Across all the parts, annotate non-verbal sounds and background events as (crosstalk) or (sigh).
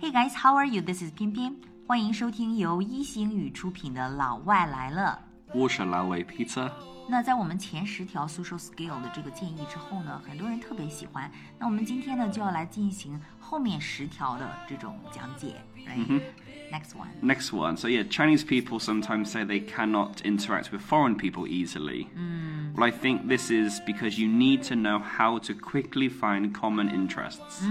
Hey guys, how are you? This is 偏偏，欢迎收听由一星语出品的《老外来了》。我是老外 Pizza。那在我们前十条 social skill 的这个建议之后呢，很多人特别喜欢。那我们今天呢就要来进行后面十条的这种讲解。Right?、Next one. Next one. So yeah, Chinese people sometimes say they cannot interact with foreign people easily. Well, I think this is because you need to know how to quickly find common interests.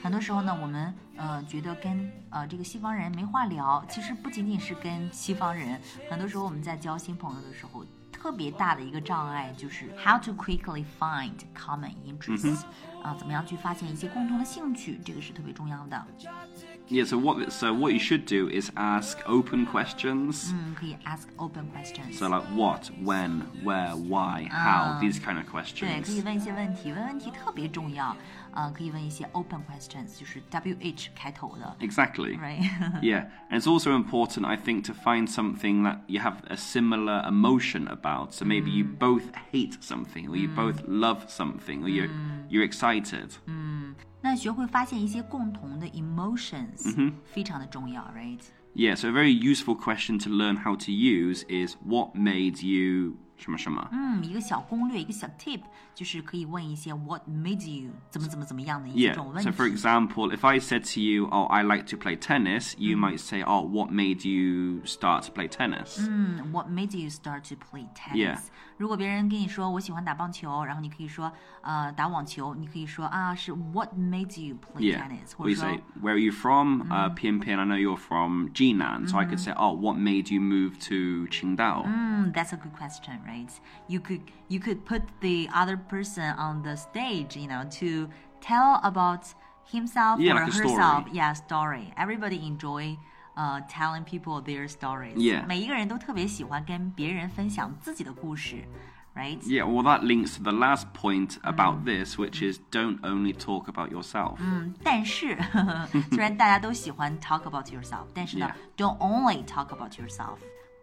很多时候呢，我们呃觉得跟呃这个西方人没话聊，其实不仅仅是跟西方人，很多时候我们在交新朋友的时候，特别大的一个障碍就是 how to quickly find common interests，、啊，怎么样去发现一些共同的兴趣，这个是特别重要的。 Yeah. So what? So what you should do is ask open questions. 嗯，可以 ask open questions。 So like what, when, where, why, how? These kind of 对，可以 questions. 问一些问题，问问题特别重要。呃，可以问一些 open questions，就是 W H 开头的 Exactly. ，right？ (laughs) Yeah, and it's also important, I think, to find something that you have a similar emotion about. So maybe you both hate something, or you both love something, or you're you're excited. 那学会发现一些共同的 emotions，、非常的重要，right？ Yeah, so a very useful question to learn how to use is what made you shama shama. 嗯，一个小攻略，一个小 tip，就是可以问一些 What made you 怎么怎么怎么样的一 Yeah. 种问题。 So for example, if I said to you, "Oh, I like to play tennis," you might say, "Oh, what made you start to play tennis?" 嗯，What made you start to play tennis？、 Yeah. 如果别人跟你说我喜欢打棒球，然后你可以说呃打网球，你可以说啊是 What made you play Yeah. tennis？或 Or 者 you 说 say, where are you from? Uh, Pian I know you're from Jinan. So I could say, oh, what made you move to Qingdao? Mm, that's a good question, right? You could you could put the other person on the stage, you know, to tell about himself Yeah, or like a story. herself. Yeah, story. Everybody enjoy. 呃、t e l l i n g people their stories. Yeah. 每一个人都特别喜欢跟别人分享自己的故事，right？ Yeah, well, that links to the last point about this, which is don't only talk about yourself. 嗯，但是 (laughs) 虽然大家都喜欢 talk about yourself，但是呢 don't only talk about yourself，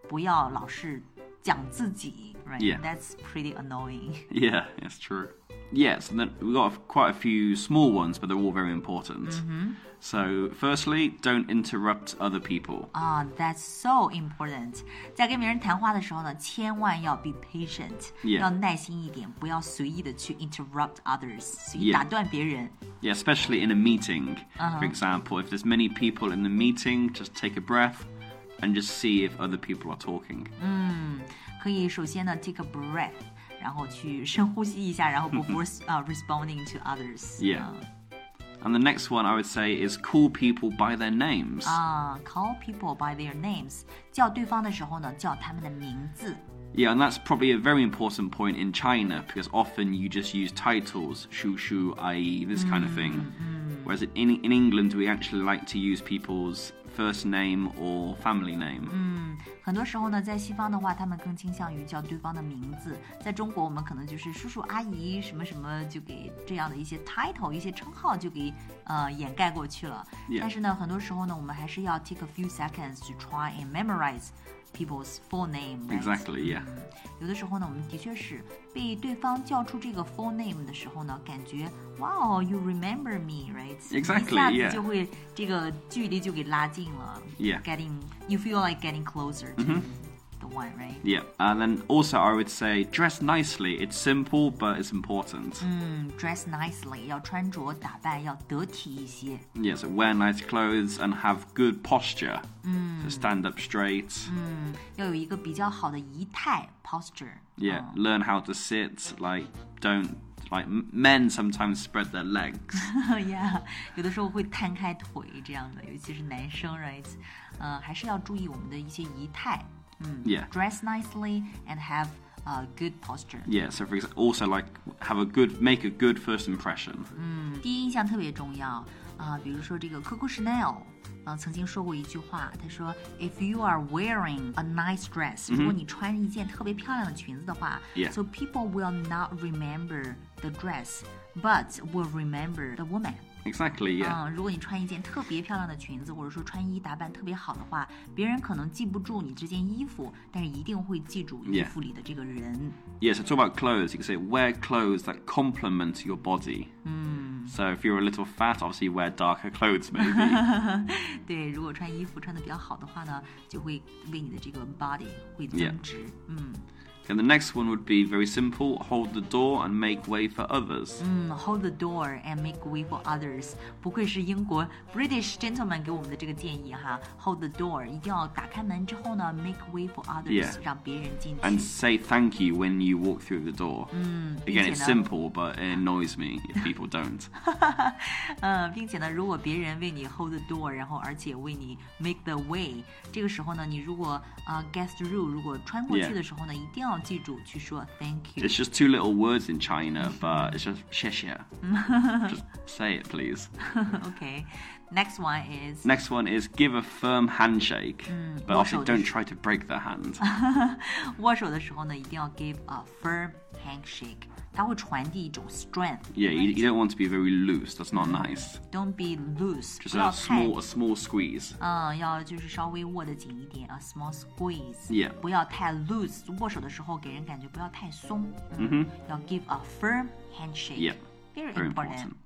不要老是讲自己，right？、 Yeah. That's pretty annoying. (laughs) Yeah, that's true. Yes, and then we got a- quite a few small ones, but they're all very important. So, firstly, don't interrupt other people. 啊、t h a t s so important。在跟别人谈话的时候呢，千万要 be patient，、 Yeah. 要耐心一点，不要随意的去 interrupt others，随意 Yeah. 打断别人。 Yeah, especially in a meeting, for example. If there's many people in the meeting, just take a breath and just see if other people are talking. 可以首先呢 take a breath，然后去深呼吸一下，然后 (laughs) before 啊、responding to others。 Yeah. And the next one I would say is call people by their names. 啊、c a l l people by their names，叫对方的时候呢，叫他们的名字。 Yeah, and that's probably a very important point in China because often you just use titles, shu shu, i.e., this kind of thing. Whereas in, in England, we actually like to use people's first name or family name. 很多时候呢，在西方的话，他们更倾向于叫对方的名字；在中国，我们可能就是叔叔阿姨什么什么，就给这样的一些 title、一些称号就给呃掩盖过去了。 Yeah. 但是呢，很多时候呢，我们还是要 take a few seconds to try and memorize people's full name、right?。 Exactly, yeah. 有的时候呢，我们的确是被对方叫出这个 full name 的时候呢，感觉哇哦，you remember me，right？ Exactly, 一下 yeah. 子就会这个距离就给拉近了。 Yeah. Mm-hmm Getting you feel like getting closer to the one, right？ Yeah, and then also I would say dress nicely. It's simple, but it's important. 嗯，dress nicely，要穿着打扮要得体一些。 Yeah, so wear nice clothes and have good posture. So stand up straight. 要有一个比较好的仪态 posture， (laughs) Yeah, learn how to sit. Like, don't like m- men sometimes spread their legs. 呀，有的时候会摊开腿这样的，尤其是男生，right？呃，还是要注意我们的一些仪态。 yeah, dress nicely and have a good posture。 yeah. So for example, also like have a good, make a good first impression. 嗯第一印象特别重要啊、比如说这个 Coco Chanel 啊、曾经说过一句话，他说：“If you are wearing a nice dress，、如果你穿一件特别漂亮的裙子的话嗯 Yeah. so people will not remember the dress，but will remember the woman。” Exactly, yeah. 嗯，如果你穿一件特别漂亮的裙子，或者说穿衣打扮特别好的话，别人可能记不住你这件衣服，但是一定会记住衣 Yeah. 服里的这个人。 Yeah, so talk about clothes. You can say wear clothes that complement your body. So if you're a little fat, obviously wear darker clothes, maybe. 对，如果穿衣服穿的比较好的话呢，就会为你的这个 body 会增 Yeah. 值。嗯 and the next one would be very simple hold the door and make way for others. 嗯，hold the door and make way for others，不愧是英国 British gentleman 给我们的这个建议哈。Hold the door，一定要打开门之后呢，make way for others，、 Yeah. 让别人进 And 去。 say thank you when you walk through the door. Again, it's know. simple, but it annoys me if people don't. 嗯，并且呢，如果别人为你 hold the door，然后而且为你 make the way，这个时候呢，你如果啊、get through，如果穿过 Yeah. 去的时候呢，一定要记住去说 thank you (laughs) It's。just two little words in China, but it's just xie Just say it, please. OK, next one is Next one is give a firm handshake, but shoulders. also don't try to break the hand. 握手的时候呢，一定要 give a firm handshake，它会传递一种 strength。 Yeah, you, you don't want to be very loose. That's not nice. Don't be loose， Just 不要太 a small, a small squeeze. 嗯，要就是稍微握得紧一点啊，small squeeze。 Yeah. 不要太 loose，握手的时候给人感觉不要太松。嗯，要 give a firm handshake。 Yeah. Very Very important. important.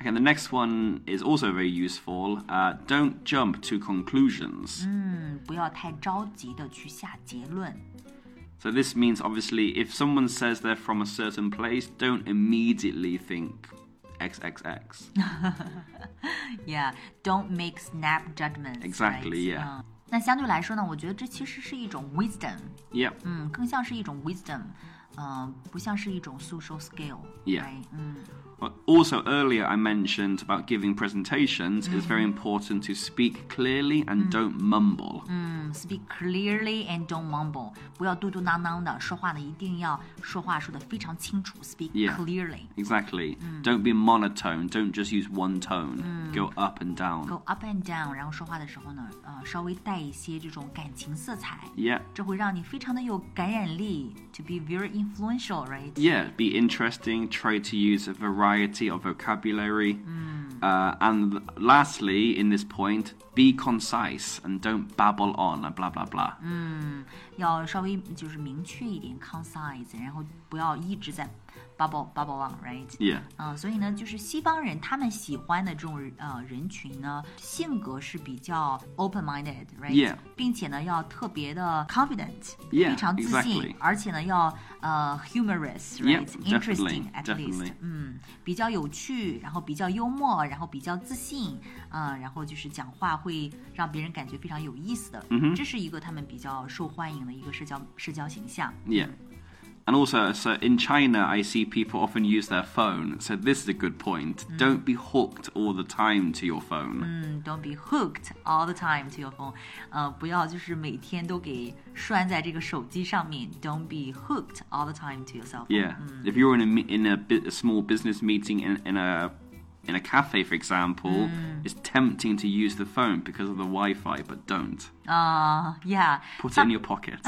Okay, the next one is also very useful. Uh, don't jump to conclusions. 嗯，不要太着急的去下结论。 So this means obviously, if someone says they're from a certain place, don't immediately think XXX. Yeah, don't make snap judgments. Exactly, right? yeah. 嗯那相对来说呢，我觉得这其实是一种 wisdom， yep. 嗯，更像是一种 wisdom，嗯、不像是一种 social skill。 Yeah. right? 嗯 Well, Also, earlier I mentioned about giving presentations. It's very important to speak clearly and don't mumble. 嗯，speak clearly and don't mumble，不要嘟嘟囔囔的，说话呢一定要说话说的非常清楚，speak Yeah. clearly。 Exactly. Don't be monotone. Don't just use one tone. Go up and down. Go up and down，然后说话的时候呢，呃，稍微带一些这种感情色彩， Yeah. 这会让你非常的有感染力，to be very influential，right？ Yeah, be interesting, try to use a variety of vocabulary. Uh, and lastly, in this point, be concise and don't babble on and blah blah blah. 要稍微就是明确一点，concise，然后不要一直在 bubble bubble on，right？ Yeah. 啊、所以呢，就是西方人他们喜欢的这种呃人群呢，性格是比较 open-minded，right？、 Yeah. 并且呢，要特别的 confident，、 Yeah, 非常自信 exactly. 而且呢，要呃 humorous，right？、 Yep, Interesting definitely, at least， definitely. 嗯，比较有趣，然后比较幽默，然后比较自信，啊、然后就是讲话会让别人感觉非常有意思的，嗯这是一个他们比较受欢迎的一个社交社交形象。 Yeah. And also, so in China, I see people often use their phone. So this is a good point. Don't be hooked all the time to your phone. 嗯 Don't be hooked all the time to your phone，呃，不要就是每天都给拴在这个手机上面。Don't be hooked all the time to your cell phone。 Yeah. If you're in a me- in a, bu- a small business meeting in, in a in a cafe, for example, it's tempting to use the phone because of the Wi-Fi, but don't. 啊、y e a h Put it in your pocket.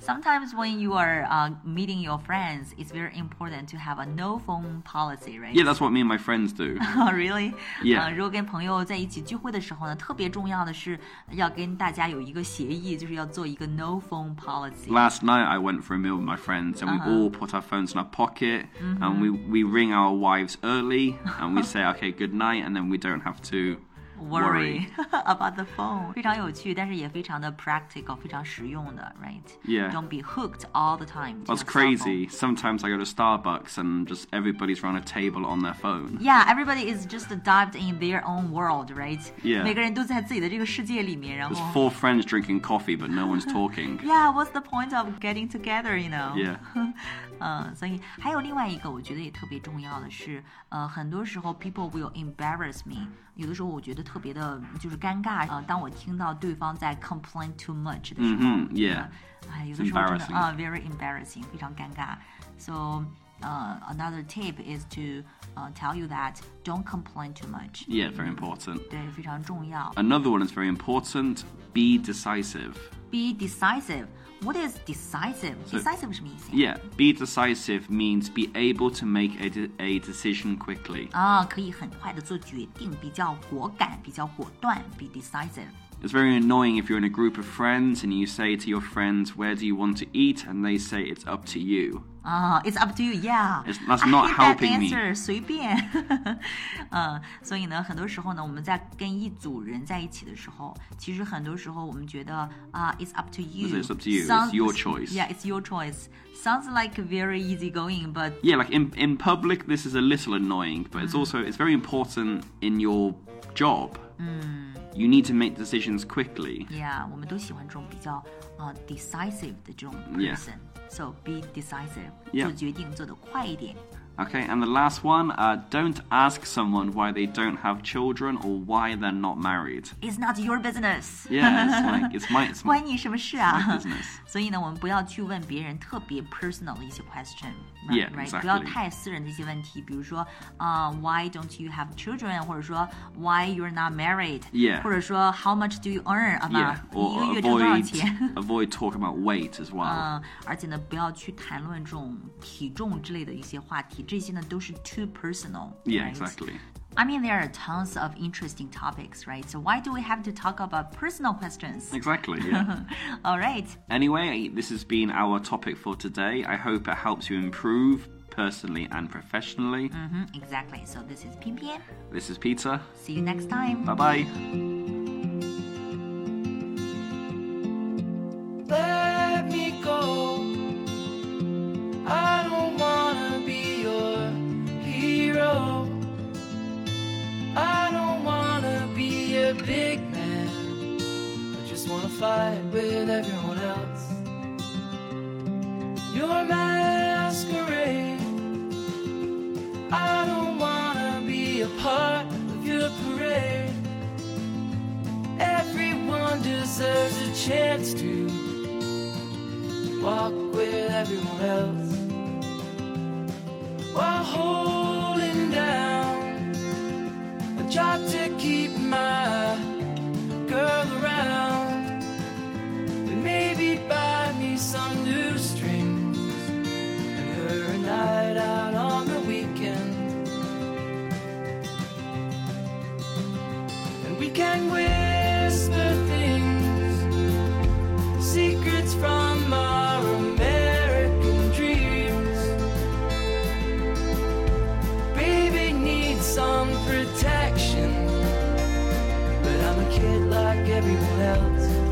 Sometimes when you are uh, meeting your friends, it's very important to have a no phone policy, right? Oh, (laughs) yeah, that's what me and my friends do. really? Yeah. 呃如果跟朋友在一起聚会的时候呢，特别重要的是要跟大家有一个协议，就是要做一个 no phone policy。 Last night I went for a meal with my friends and we all put our phones in our pocket and we, we ring our wives early and we say, okay, good night, and then we don't have to worry (laughs) about the phone，非常有趣，但是也非常的 practical，非常实用的，right？Don't、 Yeah. be hooked all the time. to your cell That's phone. crazy. Sometimes I go to Starbucks and just everybody's around a table on their phone. Yeah, everybody is just dived in their own world, right? Yeah. 每个人都在自己的这个世界里面，然 There's 后。 four friends drinking coffee, but no one's talking. Yeah, what's the point of getting together? You know. Yeah. 嗯，所以还有另外一个，我觉得也特别重要的是，呃，很多时候 people will embarrass me。有的时候我觉得特别的，就是尴尬。呃，当我听到对方在 complain too much 的时候 Mhm, yeah. 哎，有的时候真的 embarrassing. 啊、v e r y embarrassing，非常尴尬。So uh, another tip is to uh, tell you that don't complain too much. Yeah, very important. 对，非常重要。 Another one that's very important be decisive. Be decisive. What is decisive? Decisive 什么意思呀？ Yeah, be decisive means be able to make a, de- a decision quickly. 啊，可以很快的做决定，比较果敢，比较果断，be decisive。 It's very annoying if you're in a group of friends and you say to your friends, Where do you want to eat? and they say, It's up to you. 啊、i t s Uh, up to you, yeah. It's- that's I not hate that helping me. answer, 随便。 (laughs) 嗯，所以呢，很多时候呢，我们在跟一组人在一起的时候，其实很多时候我们觉得啊、i t s up to you. It's up to you, it's Sounds- your choice. Yeah, it's your choice. Sounds like very easy going, but Yeah, like in, in public, this is a little annoying, but it's also it's very important in your job. You need to make decisions quickly. yeah，我们都喜欢这种比较啊、decisive 的这种 Yeah. person. So be decisive. Yeah. 做决定做得快一点。 Okay, and the last one uh, don't ask someone why they don't have children or why they're not married. It's not your business. Yeah, it's like it's my it's my 关你什么事啊 It's my business.？ (laughs) 所以呢，我们不要去问别人特别 personal 的一些 question。 Yeah, right? exactly. 不要太私人的一些问题，比如说啊、w h y don't you have children？或者说，Why you're not married？、 Yeah. 或者说，How much do you earn a month？ yeah, 你一个 or 月挣多少 (laughs) avoid 钱？ avoid talking about weight as well. 嗯，而且呢，不要去谈论这种体重之类的一些话题，这些呢都是 too personal。 yeah, right? exactly. I mean, there are tons of interesting topics, right? So why do we have to talk about personal questions? Exactly. Yeah. (laughs) All right. anyway, this has been our topic for today. I hope it helps you improve personally and professionally. Mhm, exactly. So this is Pian Pian. This is Peter. See you next time. Bye bye. Let me go. I don't wanna be your hero. I don't wanna be a big man. I just wanna fight with everyone else. Your masquerade. I don't wanna be a part of your parade. Everyone deserves a chance to walk with everyone else while holding down a job to keep my girl around and maybe buy me some new strings and her a night out on the weekend and we can whisper things secrets from our American dreams. Baby needs some protection, but I'm a kid like everyone else.